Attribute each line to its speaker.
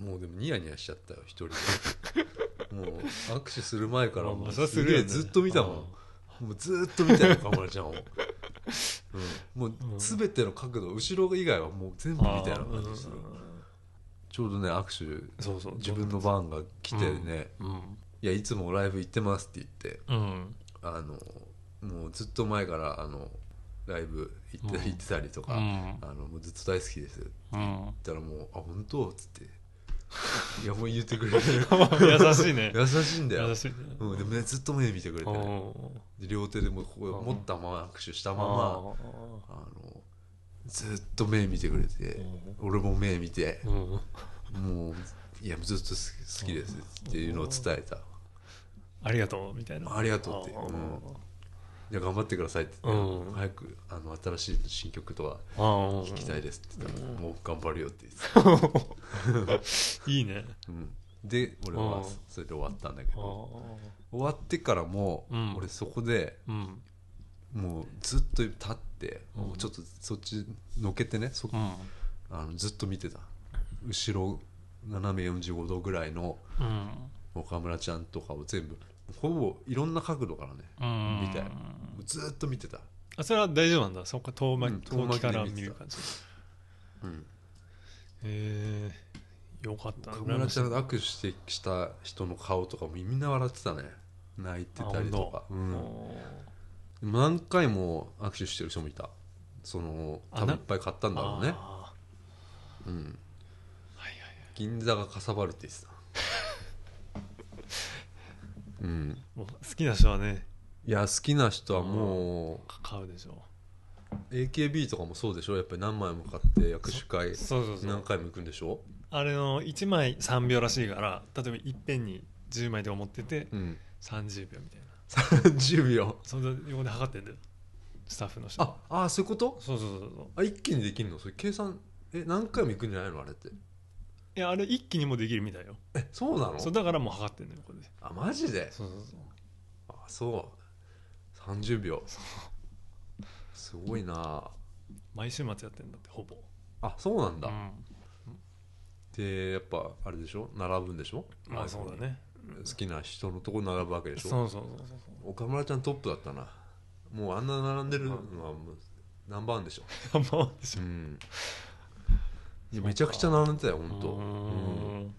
Speaker 1: もうでもニヤニヤしちゃったよ一人 でもう握手する前から
Speaker 2: ま
Speaker 1: も
Speaker 2: あ
Speaker 1: う
Speaker 2: そりゃす
Speaker 1: す
Speaker 2: る
Speaker 1: げ
Speaker 2: よ
Speaker 1: え
Speaker 2: ね
Speaker 1: ずっと見たもんもうずーっと見たよ岡村ちゃんを、うん、もう全ての角度後ろ以外はもう全部見たような感じするちょうどね握手
Speaker 2: そうそう
Speaker 1: 自分の番が来てね
Speaker 2: うん
Speaker 1: 「いやいつもライブ行ってます」って言って
Speaker 2: うん
Speaker 1: あのもうずっと前からあのライブ行って,、
Speaker 2: うん
Speaker 1: 行ってたりと
Speaker 2: う
Speaker 1: か、
Speaker 2: ん
Speaker 1: あのもうずっと大好きですって
Speaker 2: うん
Speaker 1: 言ったらもう「あ本当?」っつって「いやもう言ってくれる
Speaker 2: 優し いね
Speaker 1: 優しいんだよ
Speaker 2: 優」しいね
Speaker 1: うん、でもねずっと目見てくれて、ね、
Speaker 2: うん
Speaker 1: で両手でもうここ
Speaker 2: うん
Speaker 1: 持ったまま握手したままあのずっと目見てくれて俺も目見て
Speaker 2: うん
Speaker 1: もういやずっと好き好きですっていうのを伝えた
Speaker 2: ありがとうみたいな
Speaker 1: ありがとうって
Speaker 2: あ
Speaker 1: うんじゃあ頑張ってくださいって言って、
Speaker 2: うん
Speaker 1: 早くあの新しい新曲とは聴
Speaker 2: あ
Speaker 1: きたいですって言ったら、
Speaker 2: うん
Speaker 1: もう頑張るよって言ってた、
Speaker 2: い いね
Speaker 1: うん、で俺は
Speaker 2: うん
Speaker 1: それで終わったんだけ
Speaker 2: あ
Speaker 1: ど終わってからも、
Speaker 2: うん
Speaker 1: 俺そこで
Speaker 2: うん
Speaker 1: もうずっと立って、
Speaker 2: うん
Speaker 1: もうちょっとそっちのけてねそ
Speaker 2: うん
Speaker 1: あのずっと見てた後ろ斜め45度ぐらいの
Speaker 2: うん
Speaker 1: 岡村ちゃんとかを全部ほぼいろんな角度からね
Speaker 2: うん
Speaker 1: みたいなもうずっと見てた、
Speaker 2: あそれは大丈夫なんだそこ遠
Speaker 1: う
Speaker 2: 巻
Speaker 1: ん
Speaker 2: き遠巻きから
Speaker 1: 遠巻き
Speaker 2: 見
Speaker 1: で見てた
Speaker 2: る感じへえよかった
Speaker 1: 岡村ちゃん
Speaker 2: だ
Speaker 1: と握手してした人の顔とかもみんな笑ってたね泣いてたりとか、う、
Speaker 2: うんん
Speaker 1: 何回も握手してる人もいたその
Speaker 2: あ
Speaker 1: 多分
Speaker 2: ない
Speaker 1: っぱい買ったんだろうね、
Speaker 2: あ
Speaker 1: うん、
Speaker 2: ーはいはい
Speaker 1: 銀座がかさばるって言ってた うん
Speaker 2: もう好きな人はね
Speaker 1: いや好きな人はも
Speaker 2: 買うでしょ
Speaker 1: う AKB とかもそうでしょやっぱり何枚も買って握手会
Speaker 2: そうそうそ
Speaker 1: 何
Speaker 2: う
Speaker 1: 回も行くんでしょ
Speaker 2: あれの1枚3秒らしいから例えばいっぺんに10枚で思ってて
Speaker 1: うん
Speaker 2: 30秒みたいな
Speaker 1: 30秒
Speaker 2: その横で測ってんだよスタッフの人
Speaker 1: ああそういうこと
Speaker 2: そうそうそうそう
Speaker 1: あ一気にできるのそれ計算え何回も行くんじゃないのあれって
Speaker 2: いやあれ一気にもうできるみたいよ
Speaker 1: えそうなの
Speaker 2: そうだからもう測ってんのよこれで
Speaker 1: あマジで
Speaker 2: そうそうそう
Speaker 1: あそう30秒すごいな
Speaker 2: 毎週末やってんだってほぼ
Speaker 1: あそうなんだ、
Speaker 2: うん
Speaker 1: でやっぱあれでしょ並ぶんでしょ
Speaker 2: まあそうだね
Speaker 1: 好きな人のとこ並ぶわけでしょ
Speaker 2: そうそうそうそう
Speaker 1: 岡村ちゃんトップだったなもうあんな並んでるのはもうナンバーワンでしょ、
Speaker 2: そうまあでしょ
Speaker 1: ん、めちゃくちゃ並んでたよ
Speaker 2: う
Speaker 1: 本当、
Speaker 2: ーん